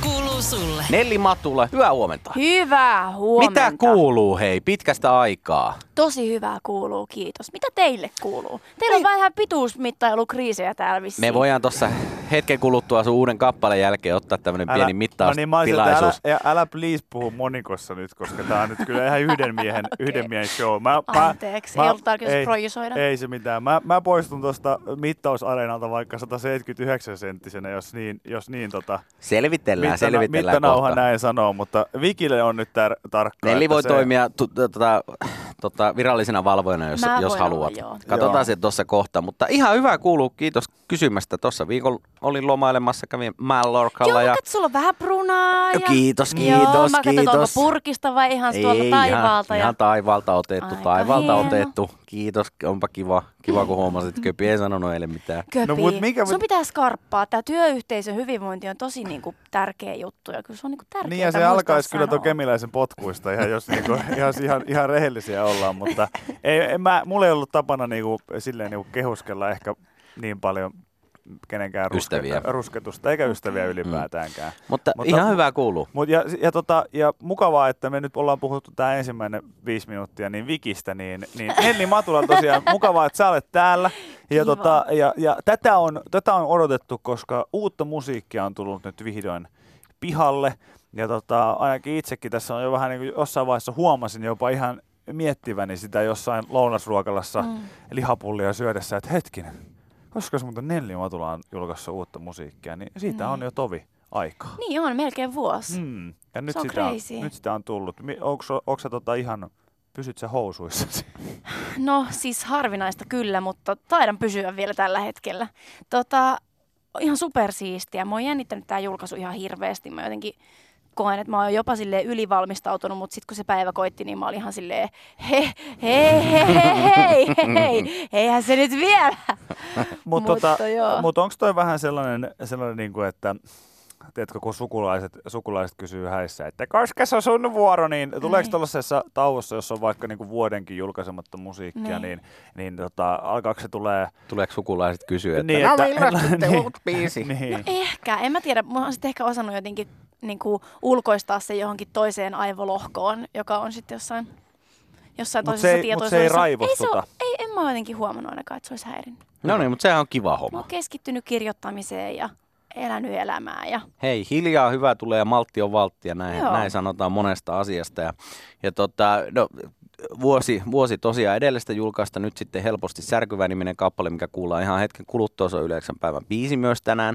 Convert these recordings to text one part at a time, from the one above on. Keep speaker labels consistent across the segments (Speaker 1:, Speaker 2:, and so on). Speaker 1: kuuluu sulle?
Speaker 2: Nelli Matula, hyvää huomenta.
Speaker 3: Hyvää huomenta.
Speaker 2: Mitä kuuluu hei, pitkästä aikaa?
Speaker 3: Tosi hyvää kuuluu, kiitos. Mitä teille kuuluu? Teillä on vähän pituusmittailukriisejä täällä vissiin.
Speaker 2: Me voidaan tuossa hetken kuluttua sun uuden kappaleen jälkeen ottaa tämmönen pieni
Speaker 4: no niin, mä olisin, että älä,
Speaker 2: mittaustilaisuus.
Speaker 4: ä- älä please puhu monikossa nyt, koska tää on nyt kyllä ihan yhden miehen, yhden miehen show. Mä,
Speaker 3: Anteeksi, ei ollut tarkoitus projisoida.
Speaker 4: Ei se mitään. Mä, mä poistun tuosta mittausareenalta vaikka 179 senttisenä, jos niin, jos niin tota,
Speaker 2: Selvitellään, selvitellään
Speaker 4: mittanauha
Speaker 2: kohta.
Speaker 4: näin sanoo, mutta Vikille on nyt tär- tarkka.
Speaker 2: Nelli
Speaker 4: että
Speaker 2: voi
Speaker 4: se-
Speaker 2: toimia tu- tota, tota, virallisena valvojana, jos,
Speaker 3: Mä
Speaker 2: jos
Speaker 3: voin
Speaker 2: haluat.
Speaker 3: olla, joo.
Speaker 2: Katsotaan
Speaker 4: Joo.
Speaker 2: se tuossa kohta, mutta ihan hyvä kuuluu, kiitos kysymästä. Tuossa viikolla olin lomailemassa, kävin Mallorcalla
Speaker 3: Joo,
Speaker 2: ja... No
Speaker 3: ja... sulla on vähän brunaa. Ja...
Speaker 2: Kiitos,
Speaker 3: Joo,
Speaker 2: kiitos,
Speaker 3: mä katsoin, että onko
Speaker 2: kiitos.
Speaker 3: purkista vai ihan tuolta
Speaker 2: Ei,
Speaker 3: taivaalta.
Speaker 2: Ihan,
Speaker 3: ja...
Speaker 2: ihan taivaalta otettu,
Speaker 3: Aika
Speaker 2: taivaalta
Speaker 3: hieno.
Speaker 2: otettu. Kiitos, onpa kiva, kiva kun huomasit, että Köpi ei sanonut eilen mitään.
Speaker 3: Köpi.
Speaker 4: No, mut mikä-
Speaker 3: Sun pitää skarppaa. Tämä työyhteisön hyvinvointi on tosi niinku tärkeä juttu ja kyllä se on niinku tärkeää
Speaker 4: Niin ja se
Speaker 3: muistaa
Speaker 4: alkaisi kyllä
Speaker 3: sanoa.
Speaker 4: tuon kemiläisen potkuista, ihan jos niinku, ihan, ihan, ihan rehellisiä ollaan, mutta ei, en mä, mulla ei ollut tapana niinku, silleen niinku kehuskella ehkä niin paljon kenenkään
Speaker 2: Ystäviä. Mm.
Speaker 4: ruske, rusketusta, eikä ystäviä ylipäätäänkään.
Speaker 2: Mutta,
Speaker 4: Mutta-
Speaker 2: ihan hyvä kuuluu.
Speaker 4: Mut ja, ja, tota, ja mukavaa, että me nyt ollaan puhuttu tämä ensimmäinen viisi minuuttia niin Vikistä, niin, niin Henni Matula tosiaan mukavaa, että sä olet täällä. Ja,
Speaker 3: Kiva.
Speaker 4: tota, ja, ja tätä, on, tätä on odotettu, koska uutta musiikkia on tullut nyt vihdoin pihalle. Ja tota, ainakin itsekin tässä on jo vähän niin kuin jossain vaiheessa huomasin jopa ihan miettiväni sitä jossain lounasruokalassa mm. lihapullia syödessä, että hetkinen, koska se muuten Nelli Matula on julkaissut uutta musiikkia, niin siitä mm. on jo tovi aikaa.
Speaker 3: Niin on, melkein vuosi. Mm.
Speaker 4: Mm. Ja nyt,
Speaker 3: on
Speaker 4: sitä, on-
Speaker 3: crazy.
Speaker 4: nyt sitä on tullut. Mi- Onks, onks sä tota ihan, pysyt sä housuissa?
Speaker 3: No siis harvinaista kyllä, mutta taidan pysyä vielä tällä hetkellä. Tota, ihan supersiistiä. Mä oon jännittänyt tää julkaisu ihan hirveästi. Mä jotenkin koen, että mä oon jopa silleen ylivalmistautunut, mutta sitten kun se päivä koitti, niin mä olin ihan silleen he, he, he, he, hei, hei, eihän se nyt vielä.
Speaker 4: Mut
Speaker 3: Mutta
Speaker 4: tota,
Speaker 3: joo.
Speaker 4: mut onks toi vähän sellainen, sellainen niinku, että teetkö, kun sukulaiset, sukulaiset kysyy häissä, että koska se on sun vuoro, niin tuleeko
Speaker 3: Niin.
Speaker 4: tuollaisessa tauossa, jos on vaikka niinku vuodenkin julkaisematta musiikkia,
Speaker 3: Niin.
Speaker 4: niin, niin tota, alkaako se tulee...
Speaker 2: Tuleeko sukulaiset kysyä, että
Speaker 4: Niin,
Speaker 2: no
Speaker 4: että-
Speaker 2: milloin sitten
Speaker 4: niin.
Speaker 2: uut biisi?
Speaker 4: Niin.
Speaker 3: Ehkä, en mä tiedä. Mä oon sitten ehkä osannut jotenkin niin kuin, ulkoistaa se johonkin toiseen aivolohkoon, joka on sitten jossain, jossain
Speaker 4: Mut se
Speaker 3: toisessa
Speaker 4: ei- mut se ei
Speaker 3: tietoisuudessa. se
Speaker 4: raivostuta.
Speaker 3: oo- ei, en mä oo jotenkin huomannut ainakaan, että se olisi häirinnyt.
Speaker 2: No niin, mutta sehän on kiva
Speaker 3: Mä
Speaker 2: homma.
Speaker 3: oon keskittynyt kirjoittamiseen ja elänyt elämää. Ja...
Speaker 2: Hei, hiljaa hyvä tulee ja maltti on valttia, näin,
Speaker 3: Joo.
Speaker 2: näin sanotaan monesta asiasta. Ja, ja tota, no, vuosi, vuosi tosiaan edellistä julkaista, nyt sitten helposti särkyvä niminen kappale, mikä kuullaan ihan hetken kuluttua, se on yhdeksän päivän biisi myös tänään.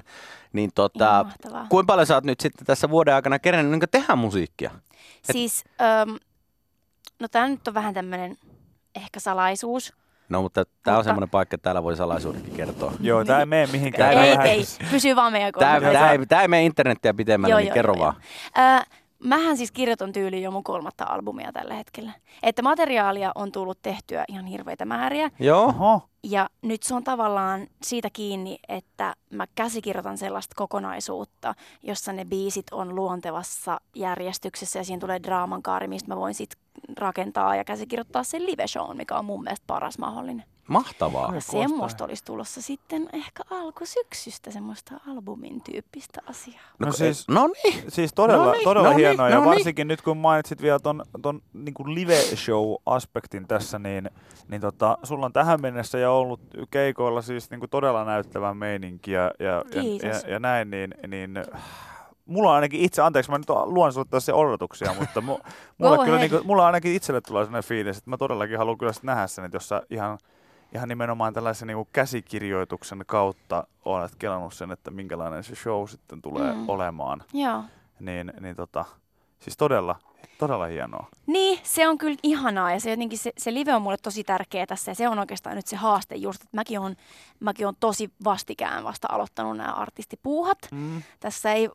Speaker 2: Niin tota,
Speaker 3: Ihan mahtavaa.
Speaker 2: kuinka paljon sä oot nyt sitten tässä vuoden aikana kerennyt niin tehdä musiikkia?
Speaker 3: Siis, öm, no tää nyt on vähän tämmönen ehkä salaisuus.
Speaker 2: No mutta tämä on
Speaker 3: Mutta-
Speaker 2: semmoinen paikka, että täällä voi salaisuudenkin kertoa.
Speaker 4: Joo, tää ei mene mihinkään.
Speaker 2: Tää
Speaker 3: Niin. ei,
Speaker 4: Tää siis-
Speaker 3: ei, pysy vaan meidän
Speaker 2: Tämä
Speaker 3: kolmella.
Speaker 2: tää, ei- tää ei mene internettiä pitemmälle,
Speaker 3: Joo,
Speaker 2: niin
Speaker 3: joo,
Speaker 2: kerro
Speaker 3: joo,
Speaker 2: vaan.
Speaker 3: Ö, mähän siis kirjoitan tyyliin jo mun kolmatta albumia tällä hetkellä. Että materiaalia on tullut tehtyä ihan hirveitä määriä.
Speaker 2: Joo.
Speaker 4: Oho,
Speaker 3: Ja nyt se on tavallaan siitä kiinni, että mä käsikirjoitan sellaista kokonaisuutta, jossa ne biisit on luontevassa järjestyksessä ja siihen tulee draaman kaari, mistä mä voin sitten rakentaa ja käsikirjoittaa sen live-shown, mikä on mun mielestä paras mahdollinen.
Speaker 2: Mahtavaa.
Speaker 4: Ai,
Speaker 3: Ja
Speaker 4: kuulostaa
Speaker 3: semmoista olisi tulossa sitten ehkä alkusyksystä semmoista albumin tyyppistä asiaa.
Speaker 2: No,
Speaker 4: No
Speaker 2: siis,
Speaker 4: siis-
Speaker 2: no niin.
Speaker 4: Siis todella,
Speaker 2: No
Speaker 4: no
Speaker 2: niin,
Speaker 4: niin, todella
Speaker 2: no niin,
Speaker 4: hienoa
Speaker 2: no
Speaker 4: ja
Speaker 2: niin.
Speaker 4: varsinkin nyt kun mainitsit vielä ton, ton niin live-show-aspektin tässä, niin, niin tota, sulla on tähän mennessä jo ollut keikoilla siis niin kuin todella näyttävä meininki ja, ja, ja,
Speaker 3: Kiitos.
Speaker 4: ja, ja näin, niin, niin mulla on ainakin itse, anteeksi mä nyt luon sulle tässä odotuksia, mutta mu, mulla, kyllä,
Speaker 3: ahead.
Speaker 4: niin kuin, mulla ainakin itselle tulee sellainen fiilis, että mä todellakin haluan kyllä sit nähdä sen, että jos sä ihan ihan nimenomaan tällaisen niin käsikirjoituksen kautta olet kelannut sen, että minkälainen se show sitten tulee
Speaker 3: Mm.
Speaker 4: mm. olemaan
Speaker 3: Joo.
Speaker 4: niin, niin tota, siis todella, todella hienoa.
Speaker 3: Niin, se on kyllä ihanaa ja se, jotenkin se, se live on mulle tosi tärkeä tässä ja se on oikeastaan nyt se haaste just, että mäkin on, mäkin on tosi vastikään vasta aloittanut nämä artistipuuhat.
Speaker 4: Mm.
Speaker 3: Tässä ei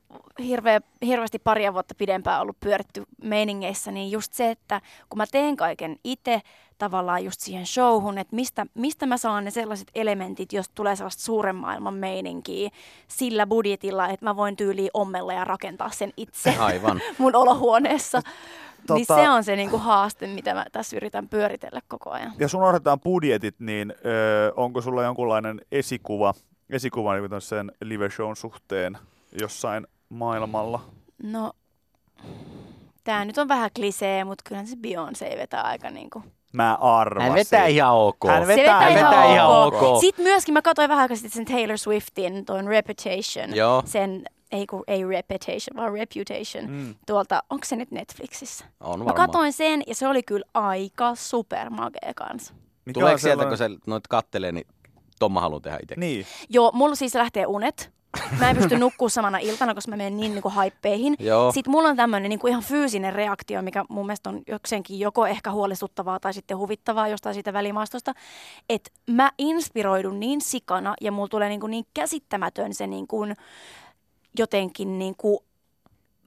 Speaker 3: hirveä, hirveästi paria vuotta pidempään ollut pyöritty meiningeissä, niin just se, että kun mä teen kaiken itse tavallaan just siihen showhun, että mistä, mistä mä saan ne sellaiset elementit, jos tulee sellaista suuren maailman meininkiä sillä budjetilla, että mä voin tyyliin ommella ja rakentaa sen itse
Speaker 2: Aivan.
Speaker 3: mun olohuoneessa. Niin
Speaker 4: Tota-
Speaker 3: se on se niinku haaste, mitä mä tässä yritän pyöritellä koko ajan.
Speaker 4: Jos unohdetaan budjetit, niin öö, onko sulla jonkunlainen esikuva, esikuva niin sen live shown suhteen jossain maailmalla?
Speaker 3: No, tää nyt on vähän klisee, mutta kyllähän se Beyoncé vetää aika niinku.
Speaker 4: Mä arvasin.
Speaker 2: Hän vetää ihan ok.
Speaker 4: Hän vetää
Speaker 2: hän
Speaker 4: ihan
Speaker 2: vetää
Speaker 4: ok.
Speaker 2: ihan ok.
Speaker 3: Sitten myöskin mä katsoin vähän aikaa sitten sen Taylor Swiftin, tuon Reputation.
Speaker 2: Joo.
Speaker 3: Sen, ei kun ei Reputation, vaan Reputation.
Speaker 4: Mm.
Speaker 3: Tuolta, onko se nyt Netflixissä?
Speaker 2: On No
Speaker 3: Mä
Speaker 2: varmaan.
Speaker 3: katsoin sen ja se oli kyllä aika supermagea kanssa.
Speaker 4: Mikä
Speaker 2: Tuleeko
Speaker 4: on
Speaker 2: sieltä,
Speaker 4: sellainen-
Speaker 2: kun se noit kattelee, niin ton mä haluan tehdä itse.
Speaker 4: Niin.
Speaker 3: Joo, mulla siis lähtee unet. Mä en pysty nukkuu samana iltana, koska mä menen niin, niin kuin haippeihin.
Speaker 2: Joo.
Speaker 3: Sitten mulla on tämmöinen niin ihan fyysinen reaktio, mikä mun mielestä on jokseenkin joko ehkä huolestuttavaa tai sitten huvittavaa jostain siitä välimaastosta. Että mä inspiroidun niin sikana ja mulla tulee niin, kuin niin käsittämätön se niin kuin jotenkin niin kuin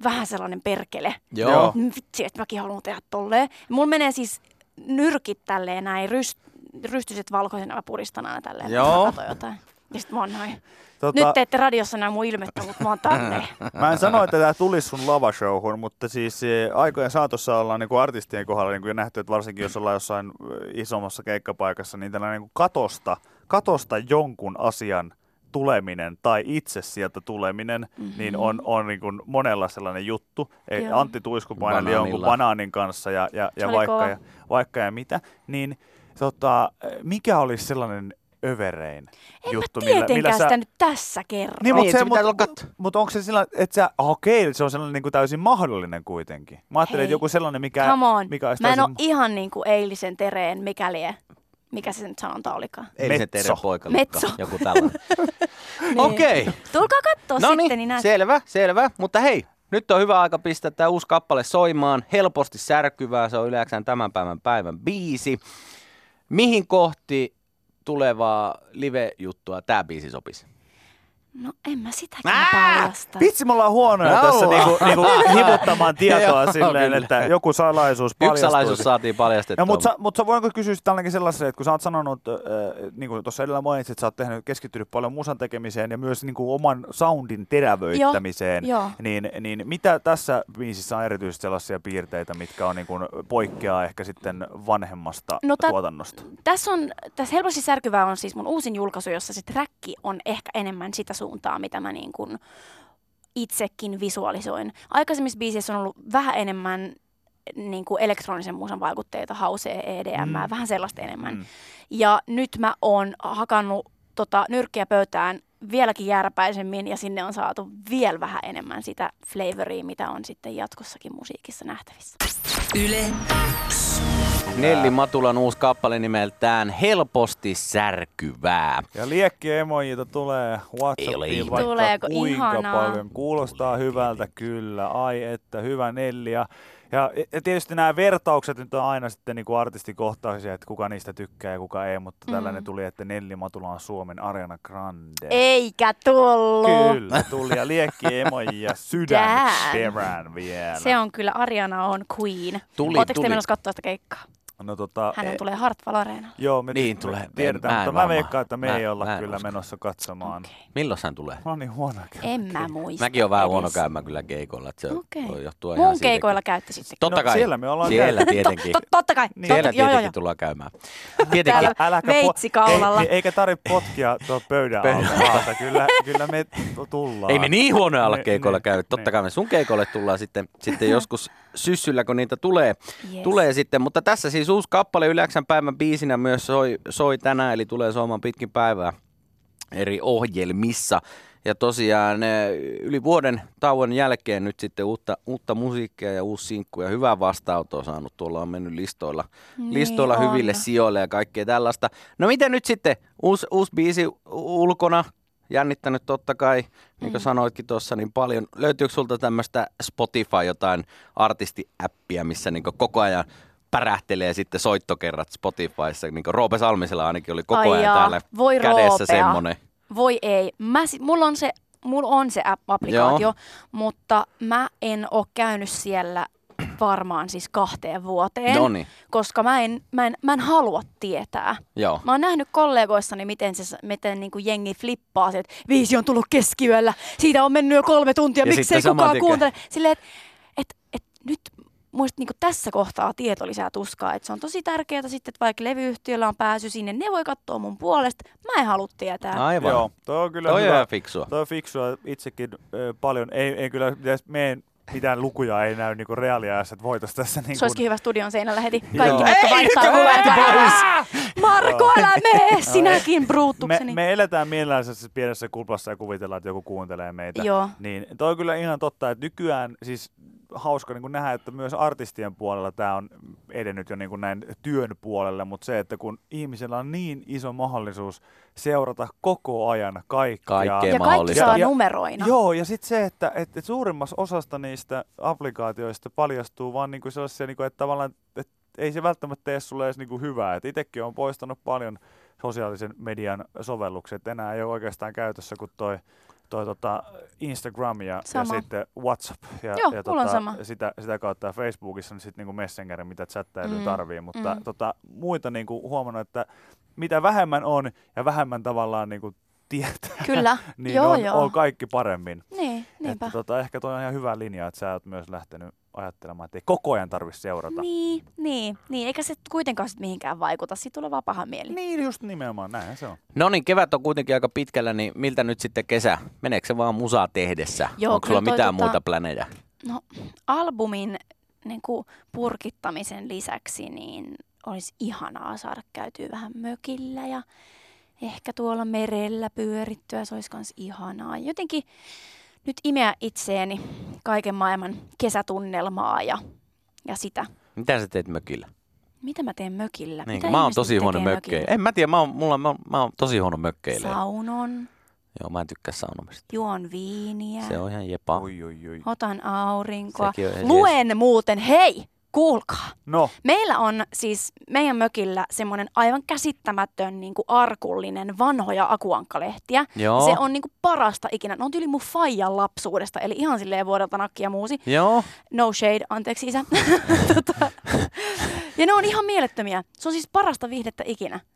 Speaker 3: vähän sellainen perkele.
Speaker 2: Joo.
Speaker 4: Joo.
Speaker 3: Mm, Vitsi, että mäkin haluan tehdä tolleen. Mulla menee siis nyrkit tälleen näin, ryst, rystyset valkoisena mä puristan aina tälleen.
Speaker 2: Joo.
Speaker 3: Joo. Mä katson jotain. Ja sit mä oon noin.
Speaker 4: Tota,
Speaker 3: Nyt te ette radiossa näe mun ilmettä, mutta mä oon tänne.
Speaker 4: Mä en sano, että tämä tulisi sun lavashowhun, mutta siis eh, aikojen saatossa ollaan niin kuin artistien kohdalla niin kuin nähty, että varsinkin jos ollaan jossain eh, isommassa keikkapaikassa, niin tällainen niin kuin katosta, katosta jonkun asian tuleminen tai itse sieltä tuleminen, mm-hmm. niin on, on niin kuin monella sellainen juttu. Ei,
Speaker 3: Joo.
Speaker 4: Antti Tuisku paineli
Speaker 2: Banaanilla.
Speaker 4: jonkun banaanin kanssa ja, ja,
Speaker 3: Se
Speaker 4: ja,
Speaker 3: oli
Speaker 4: vaikka,
Speaker 3: kova.
Speaker 4: ja vaikka ja mitä, niin tota, eh, mikä olisi sellainen överein
Speaker 3: En
Speaker 4: juttu,
Speaker 3: mä
Speaker 4: millä,
Speaker 3: tietenkään
Speaker 4: millä sä,
Speaker 3: sitä nyt tässä kerro.
Speaker 2: Niin,
Speaker 4: niin, mutta
Speaker 2: se
Speaker 4: se,
Speaker 2: pitää
Speaker 4: mut,
Speaker 2: olla kat-
Speaker 4: mut, mut onko se sillä, että sä, ah, okei, se on sellainen niin kuin täysin mahdollinen kuitenkin. Mä ajattelin, että
Speaker 3: Hei,
Speaker 4: joku sellainen, mikä,
Speaker 3: Come on.
Speaker 4: mikä olisi
Speaker 3: mä en oo
Speaker 4: täysin...
Speaker 3: ihan niin kuin eilisen tereen, mikäli mikä se nyt sanonta olikaan.
Speaker 2: Ei se
Speaker 4: Metso.
Speaker 2: Tere Poikalukka,
Speaker 3: Metso.
Speaker 2: joku tällainen. Okei,
Speaker 3: Tulkaa kattoo
Speaker 2: no
Speaker 3: sitten, niin
Speaker 2: niin,
Speaker 3: näet.
Speaker 2: selvä, selvä. Mutta hei, nyt on hyvä aika pistää tämä uusi kappale soimaan. Helposti särkyvää, se on yleensä tämän päivän päivän biisi. Mihin kohti tulevaa live-juttua tämä biisi sopisi?
Speaker 3: No en mä sitäkin
Speaker 2: Ää!
Speaker 3: paljasta.
Speaker 4: Vitsi, me ollaan huonoja
Speaker 2: Me
Speaker 4: tässä
Speaker 2: ollaan.
Speaker 4: niinku, niinku hivuttamaan tietoa
Speaker 2: Joo,
Speaker 4: silleen,
Speaker 2: kyllä.
Speaker 4: että joku salaisuus
Speaker 2: Yksi
Speaker 4: paljastuu.
Speaker 2: salaisuus saatiin paljastettua.
Speaker 4: No, mutta sä, mut sä voinko kysyä sitten ainakin sellaisen, että kun sä oot sanonut, äh, niin kuin tuossa edellä mainitsit, että sä oot tehnyt, keskittynyt paljon musan tekemiseen ja myös niin kuin oman soundin terävöittämiseen,
Speaker 3: Joo, joo.
Speaker 4: Niin, niin mitä tässä biisissä on erityisesti sellaisia piirteitä, mitkä on niin kuin, poikkeaa ehkä sitten vanhemmasta no,
Speaker 3: No tä-
Speaker 4: tuotannosta?
Speaker 3: tässä on, tässä helposti särkyvää on siis mun uusin julkaisu, jossa se träkki on ehkä enemmän sitä suuntaa, mitä mä niin kuin itsekin visualisoin. Aikaisemmissa biiseissä on ollut vähän enemmän niin kuin elektronisen musan vaikutteita, hausee, EDM,
Speaker 4: Mm.
Speaker 3: mm. vähän sellaista enemmän.
Speaker 4: Mm.
Speaker 3: Mm. Ja nyt mä oon hakannut tota, nyrkkiä pöytään vieläkin jääräpäisemmin ja sinne on saatu vielä vähän enemmän sitä flavoria, mitä on sitten jatkossakin musiikissa nähtävissä.
Speaker 1: Yle X.
Speaker 2: Nelli Matulan uusi kappale nimeltään Helposti särkyvää.
Speaker 4: Ja liekkiemojita tulee
Speaker 2: Ei ole
Speaker 4: Whatsappiin vaikka
Speaker 3: Tuleeko?
Speaker 4: kuinka
Speaker 3: Ihanaa.
Speaker 4: paljon. Kuulostaa hyvältä kyllä. Ai että, hyvä Nelli. Ja, ja, ja tietysti nämä vertaukset nyt on aina sitten niin kuin artistikohtaisia, että kuka niistä tykkää ja kuka ei, mutta mm. tällainen tuli, että Nelli Matula on Suomen Ariana Grande.
Speaker 3: Eikä tullut!
Speaker 4: Kyllä, tuli ja liekkiemojia sydän
Speaker 3: Damn.
Speaker 4: perään vielä.
Speaker 3: Se on kyllä, Ariana on queen.
Speaker 2: Tuli,
Speaker 3: Oletteko
Speaker 2: tuli.
Speaker 3: te menossa katsoa sitä keikkaa?
Speaker 4: No tota,
Speaker 3: Hänen tulee Hartwall Areenalle.
Speaker 4: joo, me
Speaker 2: Niin
Speaker 4: me
Speaker 2: tulee.
Speaker 4: Tiedetään,
Speaker 2: Mä en
Speaker 4: mutta mä
Speaker 2: varmaan.
Speaker 4: veikkaan, että me
Speaker 2: Mä-
Speaker 4: ei olla
Speaker 2: mä en
Speaker 4: kyllä
Speaker 2: usko.
Speaker 4: menossa katsomaan.
Speaker 3: Okei.
Speaker 2: Milloin hän tulee?
Speaker 4: Mä oon niin huono
Speaker 3: En mä muista.
Speaker 2: Mäkin on vähän
Speaker 3: edes.
Speaker 2: huono käymään kyllä keikoilla. Että se
Speaker 3: Okei.
Speaker 2: voi johtua ihan
Speaker 3: Mun
Speaker 2: siitäkin.
Speaker 3: keikoilla käytte sitten.
Speaker 2: Totta
Speaker 4: No,
Speaker 2: kai.
Speaker 4: siellä me ollaan
Speaker 2: Siellä
Speaker 4: käyty.
Speaker 2: tietenkin.
Speaker 3: Tot, totta kai.
Speaker 4: Niin.
Speaker 2: Siellä
Speaker 3: Totta, joo,
Speaker 2: tietenkin
Speaker 3: joo, joo.
Speaker 2: tullaan käymään. Tietenkin.
Speaker 3: Täällä- veitsi kaulalla.
Speaker 4: Ei, ei, eikä tarvitse potkia tuon pöydän
Speaker 2: Pöydän
Speaker 4: alta maata. Kyllä, kyllä me tu- tullaan.
Speaker 2: Ei me niin huonoja olla
Speaker 4: Niin,
Speaker 2: keikoilla
Speaker 4: niin,
Speaker 2: käynyt. Totta
Speaker 4: niin.
Speaker 2: kai me sun keikoille tullaan sitten, sitten joskus syssyllä, kun niitä tulee.
Speaker 3: Yes.
Speaker 2: Tulee sitten, mutta tässä siis uusi kappale Yläksän päivän biisinä myös soi, soi tänään, eli tulee soimaan pitkin päivää eri ohjelmissa. Ja tosiaan eh, yli vuoden tauon jälkeen nyt sitten uutta, uutta musiikkia ja uusi sinkku ja hyvää vastaanottoa saanut. Tuolla on mennyt listoilla,
Speaker 3: Niin
Speaker 2: listoilla
Speaker 3: on.
Speaker 2: hyville sijoille ja kaikkea tällaista. No miten nyt sitten? Uusi, uusi biisi u- ulkona, jännittänyt totta kai, niin kuin mm. sanoitkin tuossa, niin paljon. Löytyykö sulta tämmöistä Spotify jotain artistiäppiä, missä niin koko ajan pärähtelee sitten soittokerrat Spotifyssa, niin kuin Roope Salmisella ainakin oli koko
Speaker 3: Ai
Speaker 2: ajan
Speaker 3: jaa,
Speaker 2: täällä
Speaker 3: voi
Speaker 2: kädessä
Speaker 3: Roopea.
Speaker 2: semmoinen.
Speaker 3: Voi ei. Mä, si- mulla on se, mulla on se app-applikaatio,
Speaker 2: Joo.
Speaker 3: mutta mä en ole käynyt siellä varmaan siis kahteen vuoteen,
Speaker 2: Noniin.
Speaker 3: koska mä en, mä, en, mä en halua tietää.
Speaker 2: Joo.
Speaker 3: Mä oon nähnyt kollegoissani, miten, se, miten niin kuin jengi flippaa se, että viisi on tullut keskiyöllä, siitä on mennyt jo kolme tuntia,
Speaker 2: Ja
Speaker 3: miksei
Speaker 2: sitten saman
Speaker 3: kukaan
Speaker 2: tien-
Speaker 3: kuuntele. Silleen, että et, et, nyt muista niin tässä kohtaa tieto lisää tuskaa, että se on tosi tärkeää sitten, että vaikka levyyhtiöllä on pääsy sinne, ne voi katsoa mun puolesta, mä en halua tietää.
Speaker 2: Aivan.
Speaker 4: Joo, toi on kyllä
Speaker 2: Toi on
Speaker 4: hyvä.
Speaker 2: ihan fiksua.
Speaker 4: Toi on fiksua itsekin ö, paljon. Ei, ei kyllä pitäisi meidän mitään lukuja ei näy niinku reaaliajassa, että voitaisiin tässä niin
Speaker 3: Se olisikin hyvä studion seinällä heti.
Speaker 4: Joo.
Speaker 3: Kaikki mitkä vaihtaa kuvat. Marko, älä mene! Sinäkin
Speaker 4: me,
Speaker 3: bruuttukseni.
Speaker 4: me eletään mielellään sellaisessa pienessä kuplassa ja kuvitellaan, että joku kuuntelee meitä.
Speaker 3: Joo.
Speaker 4: Niin toi on kyllä ihan totta, että nykyään siis hauska niin nähdä, että myös artistien puolella tämä on edennyt jo niin näin työn puolelle, mutta se, että kun ihmisellä on niin iso mahdollisuus seurata koko ajan kaikkea.
Speaker 2: Kaikkea
Speaker 3: Ja kaikki
Speaker 2: mahdollista.
Speaker 3: saa
Speaker 4: Ja-
Speaker 3: numeroina.
Speaker 4: Joo, ja sitten se, että et, et suurimmassa osasta niistä applikaatioista paljastuu vaan niinku sellaisia, niinku, että tavallaan et, ei se välttämättä tee sulle edes niinku hyvää. Et itekin on poistanut paljon sosiaalisen median sovelluksia, et enää ei ole oikeastaan käytössä kuin toi, toi tota Instagram ja, ja
Speaker 3: Sama.
Speaker 4: sitten WhatsApp ja,
Speaker 3: Joo,
Speaker 4: ja tota
Speaker 3: mulla on sama.
Speaker 4: sitä, sitä kautta Facebookissa niin sit niinku Messenger, mitä chattailu
Speaker 3: Mm,
Speaker 4: mm. tarvii, mutta
Speaker 3: mm.
Speaker 4: tota, muita niinku huomannut, että mitä vähemmän on ja vähemmän tavallaan niinku tietää,
Speaker 3: Kyllä.
Speaker 4: niin
Speaker 3: joo,
Speaker 4: on,
Speaker 3: joo.
Speaker 4: on kaikki paremmin.
Speaker 3: Niin, niinpä.
Speaker 4: Että tota, ehkä toi on ihan hyvä linja, että sä oot myös lähtenyt ajattelemaan, että ei koko ajan tarvitse seurata.
Speaker 3: Niin, niin, niin. Eikä se kuitenkaan sit mihinkään vaikuta. Siitä tulee vaan paha mieli.
Speaker 4: niin just nimenomaan, näinhän se on.
Speaker 2: No niin, kevät on kuitenkin aika pitkällä, niin miltä nyt sitten kesä? Meneekö se vaan musaa tehdessä?
Speaker 3: Joo,
Speaker 2: Onko sulla
Speaker 3: kyllä toi
Speaker 2: mitään
Speaker 3: tota-
Speaker 2: muuta planeja?
Speaker 3: No, albumin niin kuin purkittamisen lisäksi niin olisi ihanaa saada käytyä vähän mökillä ja ehkä tuolla merellä pyörittyä, se olisi kans ihanaa. Jotenkin nyt imeä itseeni kaiken maailman kesätunnelmaa ja, ja sitä.
Speaker 2: Mitä sä teet mökillä?
Speaker 3: Mitä mä teen mökillä?
Speaker 2: Niin,
Speaker 3: Mitä
Speaker 2: kun mä oon
Speaker 3: ihmiset
Speaker 2: tosi
Speaker 3: tekee
Speaker 2: huono mökkeilijä. En mä tiedä, mä oon, mulla, mä, mä oon tosi huono mökkeilijä.
Speaker 3: Saunon,
Speaker 2: Joo, mä en tykkää saunomista.
Speaker 3: juon viiniä,
Speaker 2: Se on ihan jepa.
Speaker 4: Oi, oi, oi.
Speaker 3: otan aurinkoa,
Speaker 2: Sekin on ihan
Speaker 3: luen muuten, hei, kuulkaa.
Speaker 4: No,
Speaker 3: Meillä on siis meidän mökillä semmoinen aivan käsittämätön niin kuin arkullinen vanhoja akuankkalehtiä.
Speaker 2: Joo.
Speaker 3: Se on niin kuin parasta ikinä. Ne on tyyli mun faijan lapsuudesta, eli ihan silleen vuodelta nakki ja muusi.
Speaker 2: Joo,
Speaker 3: No shade, anteeksi isä. tota. Ja ne on ihan mielettömiä. Se on siis parasta viihdettä ikinä. se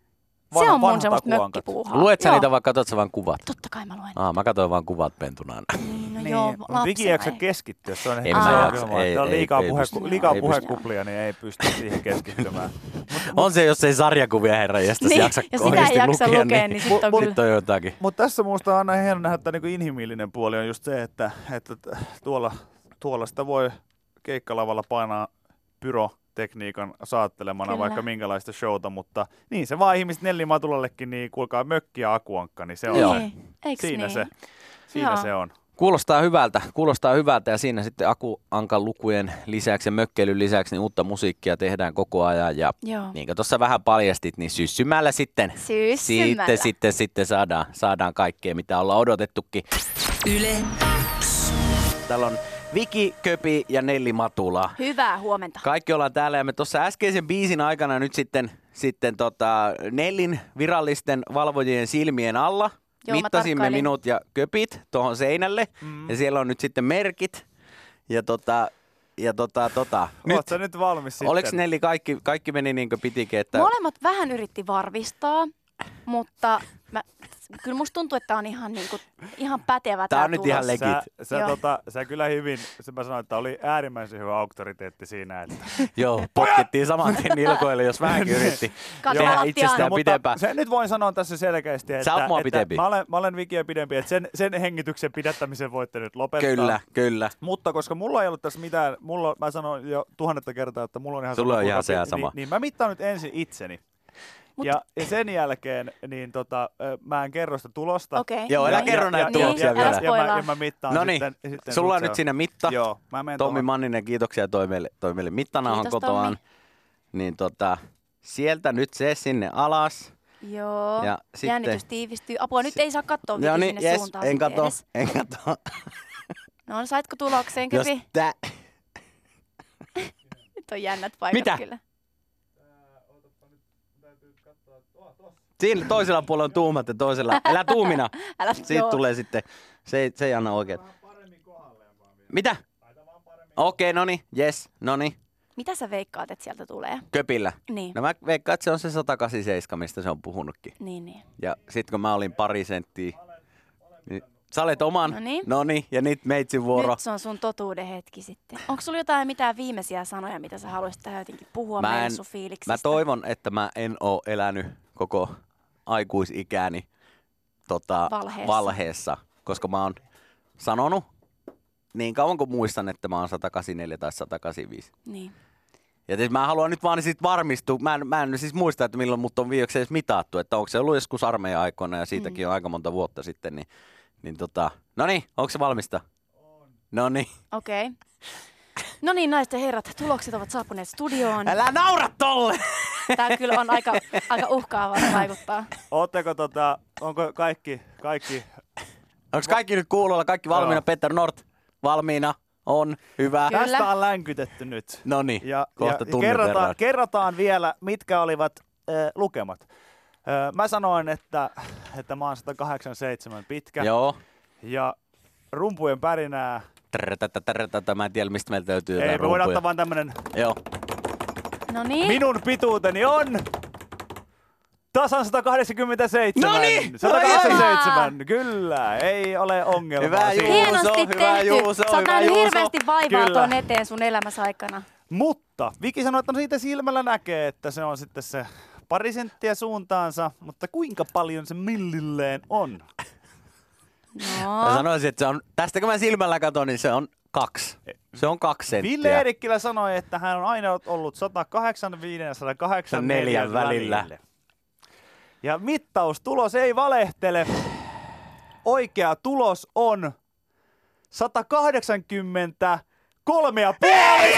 Speaker 4: Vanha-
Speaker 3: on mun
Speaker 4: vanhat
Speaker 3: semmoista
Speaker 4: akuankat.
Speaker 3: mökkipuuhaa.
Speaker 2: luet sä
Speaker 3: Ah, Joo.
Speaker 2: niitä vai katot sä vaan kuvat?
Speaker 3: Totta kai mä luen.
Speaker 2: Ah, mä katsoin vaan kuvat pentunaan.
Speaker 3: Niin, no
Speaker 4: niin,
Speaker 3: joo,
Speaker 4: mutta
Speaker 3: lapsena
Speaker 4: Viki ei jaksa
Speaker 3: ei.
Speaker 4: keskittyä. Se on
Speaker 2: En
Speaker 4: ehkä
Speaker 3: mä
Speaker 4: se
Speaker 3: jaksa,
Speaker 4: ongelma,
Speaker 2: ei-
Speaker 4: että on
Speaker 2: ei-
Speaker 4: liikaa,
Speaker 2: ei
Speaker 4: puhe,
Speaker 2: pysty.
Speaker 4: liikaa
Speaker 2: Ei pysty.
Speaker 4: puhekuplia, niin ei pysty siihen keskittymään.
Speaker 2: On se, jos ei sarjakuvia herra, josta
Speaker 3: Niin,
Speaker 2: jaksa
Speaker 3: jos sitä ei
Speaker 2: oikeasti
Speaker 3: jaksa
Speaker 2: lukea,
Speaker 3: lukea,
Speaker 2: niin,
Speaker 3: niin sit on
Speaker 2: Mut-
Speaker 3: kyllä.
Speaker 2: Nyt on jotakin.
Speaker 4: Mutta tässä muusta on aina hieno nähdä, että niinku inhimillinen puoli on just se, että, että t- tuolla, tuolla sitä voi keikkalavalla painaa pyrotekniikan saattelemana
Speaker 3: Kyllä.
Speaker 4: Kyllä. vaikka minkälaista showta, mutta niin se vaan ihmiset nellimatulallakin, niin kuulkaa mökki ja akuankka, niin se on se.
Speaker 3: Niin, eiks
Speaker 4: Siinä
Speaker 3: niin?
Speaker 4: se, siinä
Speaker 3: Joo.
Speaker 4: se on.
Speaker 2: Kuulostaa hyvältä, kuulostaa hyvältä ja siinä sitten akuankan lukujen lisäksi ja mökkeilyn lisäksi niin uutta musiikkia tehdään koko ajan ja
Speaker 3: Joo.
Speaker 2: niin kuin tuossa vähän paljastit, niin syssymällä sitten,
Speaker 3: Syyssymällä.
Speaker 2: sitten, sitten, sitten saadaan, saadaan kaikkea, mitä ollaan odotettukin.
Speaker 1: Yle X.
Speaker 2: Täällä on Viki, Köpi ja Nelli Matula.
Speaker 3: Hyvää huomenta.
Speaker 2: Kaikki ollaan täällä ja me tuossa äskeisen biisin aikana nyt sitten, sitten tota Nellin virallisten valvojien silmien alla.
Speaker 3: Joo, mä
Speaker 2: Mittasimme
Speaker 3: tarkkailin.
Speaker 2: minut ja köpit tuohon seinälle mm. ja siellä on nyt sitten merkit ja tota, ja tota, tota.
Speaker 4: Nyt. Oletko nyt valmis sitten?
Speaker 2: Oliko Nelli kaikki, kaikki meni niin kuin pitikin, että
Speaker 3: Molemmat vähän yritti varmistaa, mutta mä, kyllä musta tuntuu, että tää on ihan, niinku, ihan pätevä
Speaker 2: Tää
Speaker 3: tää
Speaker 2: on nyt ihan
Speaker 3: tulos.
Speaker 2: leg-
Speaker 4: Sä,
Speaker 2: legit?
Speaker 4: sä,
Speaker 3: Joo.
Speaker 4: tota, sä kyllä hyvin, sä mä sanoin, että oli äärimmäisen hyvä auktoriteetti siinä. Että.
Speaker 2: joo, potkittiin saman tien nilkoille, jos vähänkin yritti
Speaker 3: Kato
Speaker 2: tehdä
Speaker 3: lattiaan.
Speaker 2: itsestään
Speaker 4: No, Mutta
Speaker 2: pidempään.
Speaker 4: Se, nyt voin sanoa tässä selkeästi, että,
Speaker 2: No, oot mua
Speaker 4: että
Speaker 2: pidempi.
Speaker 4: mä olen, mä olen Vikiä pidempi, että sen, sen hengityksen pidättämisen voitte nyt lopettaa.
Speaker 2: Kyllä, kyllä.
Speaker 4: Mutta koska mulla ei ollut tässä mitään, mulla, mä sanoin jo tuhannetta kertaa, että mulla on ihan
Speaker 2: Sulla on ihan
Speaker 4: kuinka-
Speaker 2: se ihan
Speaker 4: niin-
Speaker 2: sama.
Speaker 4: Niin, niin mä mittaan nyt ensin itseni.
Speaker 3: Mut-
Speaker 4: Mut. Ja, ja sen jälkeen niin tota, ö, mä en kerro sitä tulosta.
Speaker 3: Okei.
Speaker 2: Joo, älä
Speaker 4: Ja-
Speaker 2: kerro
Speaker 4: ja-
Speaker 2: näitä
Speaker 4: ja-
Speaker 2: tuloksia
Speaker 4: ja-
Speaker 2: vielä.
Speaker 4: Ja, ja, mä,
Speaker 3: Spoilaa.
Speaker 4: ja mä mittaan
Speaker 2: No niin,
Speaker 4: sitten, sitten
Speaker 2: sulla on
Speaker 4: sut
Speaker 2: nyt
Speaker 4: se-
Speaker 2: siinä mitta.
Speaker 4: Joo, mä menen
Speaker 2: Tommi
Speaker 4: tuohon.
Speaker 2: Manninen, kiitoksia toi meille, toi meille mittanauhan
Speaker 3: Kiitos,
Speaker 2: kotoaan.
Speaker 3: Tommi.
Speaker 2: Niin tota, sieltä nyt se sinne alas.
Speaker 3: Joo,
Speaker 2: Ja
Speaker 3: ja
Speaker 2: sitten- No niin,
Speaker 3: jännitys tiivistyy. Apua, nyt ei saa katsoa
Speaker 2: Joo,
Speaker 3: Viki Oh, sinne
Speaker 2: jes,
Speaker 3: suuntaan.
Speaker 2: en
Speaker 3: sitten
Speaker 2: kato,
Speaker 3: edes.
Speaker 2: en kato.
Speaker 3: No, saitko tulokseen,
Speaker 2: Jos
Speaker 3: Köpi?
Speaker 2: tää,
Speaker 3: Nyt on jännät paikat
Speaker 2: Mitä?
Speaker 3: kyllä.
Speaker 2: siinä toisella puolella on tuumat ja toisella, älä tuumina.
Speaker 3: Älä
Speaker 2: Siitä
Speaker 3: joo.
Speaker 2: tulee sitten, se, ei- se ei anna oikeet. Mitä? Okei, no niin, jes, no niin,
Speaker 3: Mitä sä veikkaat, että sieltä tulee?
Speaker 2: köpillä.
Speaker 3: Niin,
Speaker 2: No mä veikkaan, että se on se 187, mistä se on puhunutkin.
Speaker 3: niin, niin.
Speaker 2: Ja sit kun mä olin pari senttiä, niin sä olet oman,
Speaker 3: Noniin.
Speaker 2: no niin, ja nyt meitsin vuoro.
Speaker 3: Nyt se on sun totuuden hetki sitten. Onko sulla jotain mitään viimeisiä sanoja, mitä sä haluaisit tähän jotenkin puhua
Speaker 2: Mä
Speaker 3: meille
Speaker 2: en-
Speaker 3: sun fiiliksistä?
Speaker 2: Mä toivon, että mä en oo elänyt koko aikuisikäni tota,
Speaker 3: Valheessa.
Speaker 2: valheessa, koska mä oon sanonut niin kauan kuin muistan, että mä oon 184 tai 185.
Speaker 3: Niin.
Speaker 2: Ja siis mä haluan nyt vaan sit varmistua, mä en, mä en siis muista, että milloin mut on viimeksi edes mitattu, että onko se ollut joskus armeijan aikoina ja siitäkin mm. on aika monta vuotta sitten, niin, niin tota, no niin, onko se valmista? No niin.
Speaker 3: Okei. Okay. No niin, naisten herrat, tulokset ovat saapuneet studioon.
Speaker 2: Älä naura tolle!
Speaker 3: Tämä kyllä on aika, aika uhkaavalta vaikuttaa.
Speaker 4: Ootteko tota, onko kaikki, kaikki,
Speaker 2: Onko kaikki nyt kuulolla, kaikki valmiina,
Speaker 4: Joo.
Speaker 2: Peter Nort, valmiina, on, hyvä.
Speaker 3: Kyllä.
Speaker 4: tästä on länkytetty nyt.
Speaker 2: No niin,
Speaker 4: Ja,
Speaker 2: kohta
Speaker 4: ja
Speaker 2: tunnin verran.
Speaker 4: kerrotaan, kerrotaan vielä, mitkä olivat äh, lukemat. Äh, mä sanoin, että, että mä oon 187 pitkä
Speaker 2: Joo.
Speaker 4: ja rumpujen pärinää.
Speaker 2: Trrtätä, trrtätä, Mä en tiedä, mistä meiltä löytyy
Speaker 4: Ei,
Speaker 2: jotain
Speaker 4: me voidaan
Speaker 2: rumpuja.
Speaker 4: ottaa vaan tämmönen
Speaker 2: Joo.
Speaker 3: No niin.
Speaker 4: Minun pituuteni on tasan 187.
Speaker 2: No niin!
Speaker 4: 187, kyllä. Ei ole ongelmaa.
Speaker 2: Hyvä
Speaker 4: siinä.
Speaker 2: juttu.
Speaker 3: Hienosti
Speaker 2: Juuso,
Speaker 3: tehty.
Speaker 2: hyvä Juuso,
Speaker 3: Sä oot
Speaker 2: hyvä
Speaker 3: nähnyt
Speaker 2: Juuso.
Speaker 3: hirveästi vaivaa
Speaker 4: Kyllä.
Speaker 3: tuon eteen sun elämässä aikana.
Speaker 4: Mutta Viki sanoi, että no siitä silmällä näkee, että se on sitten se pari senttiä suuntaansa, mutta kuinka paljon se millilleen on?
Speaker 2: Mä
Speaker 3: No.
Speaker 2: sanoisin, että se on, tästä kun mä silmällä katson, niin se on kaksi. Se on kaksi senttiä.
Speaker 4: Ville Eerikkilä sanoi, että hän on aina ollut 185 ja 184
Speaker 2: Neljän välillä.
Speaker 4: välillä. Ja mittaustulos ei valehtele. Oikea tulos on 183 ja puoli.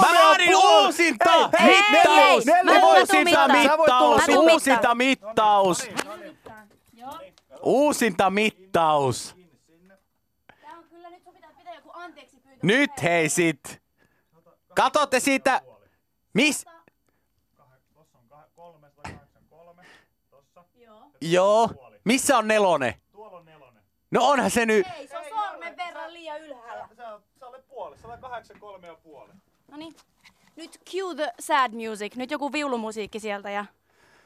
Speaker 2: Mä vaadin uusinta
Speaker 4: Hei, hei,
Speaker 2: mittaus!
Speaker 4: hei, hei,
Speaker 3: mä- mä
Speaker 2: Neljä
Speaker 3: tuun
Speaker 2: uusinta
Speaker 3: mittaan.
Speaker 2: mittaus!
Speaker 3: Mä tuun mittaan.
Speaker 2: Uusinta mittaus! Uusinta mittaus! Nyt hei sit! Katotte siitä... Mis? Joo. Missä on nelonen? No onhan se nyt.
Speaker 3: Ei, se on sormen verran liian ylhäällä. No niin. Nyt cue the sad music. Nyt joku viulumusiikki sieltä ja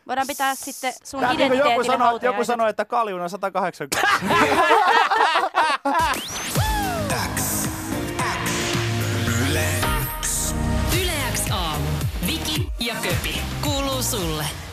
Speaker 3: voidaan pitää sitten sun
Speaker 4: Tää niinku
Speaker 3: identiteetille
Speaker 4: joku sanoi,
Speaker 3: hautajaiset.
Speaker 4: joku sanoi, että Kaljuna 180.
Speaker 1: Yle X aamu. Viki ja Köpi. Kuuluu sulle.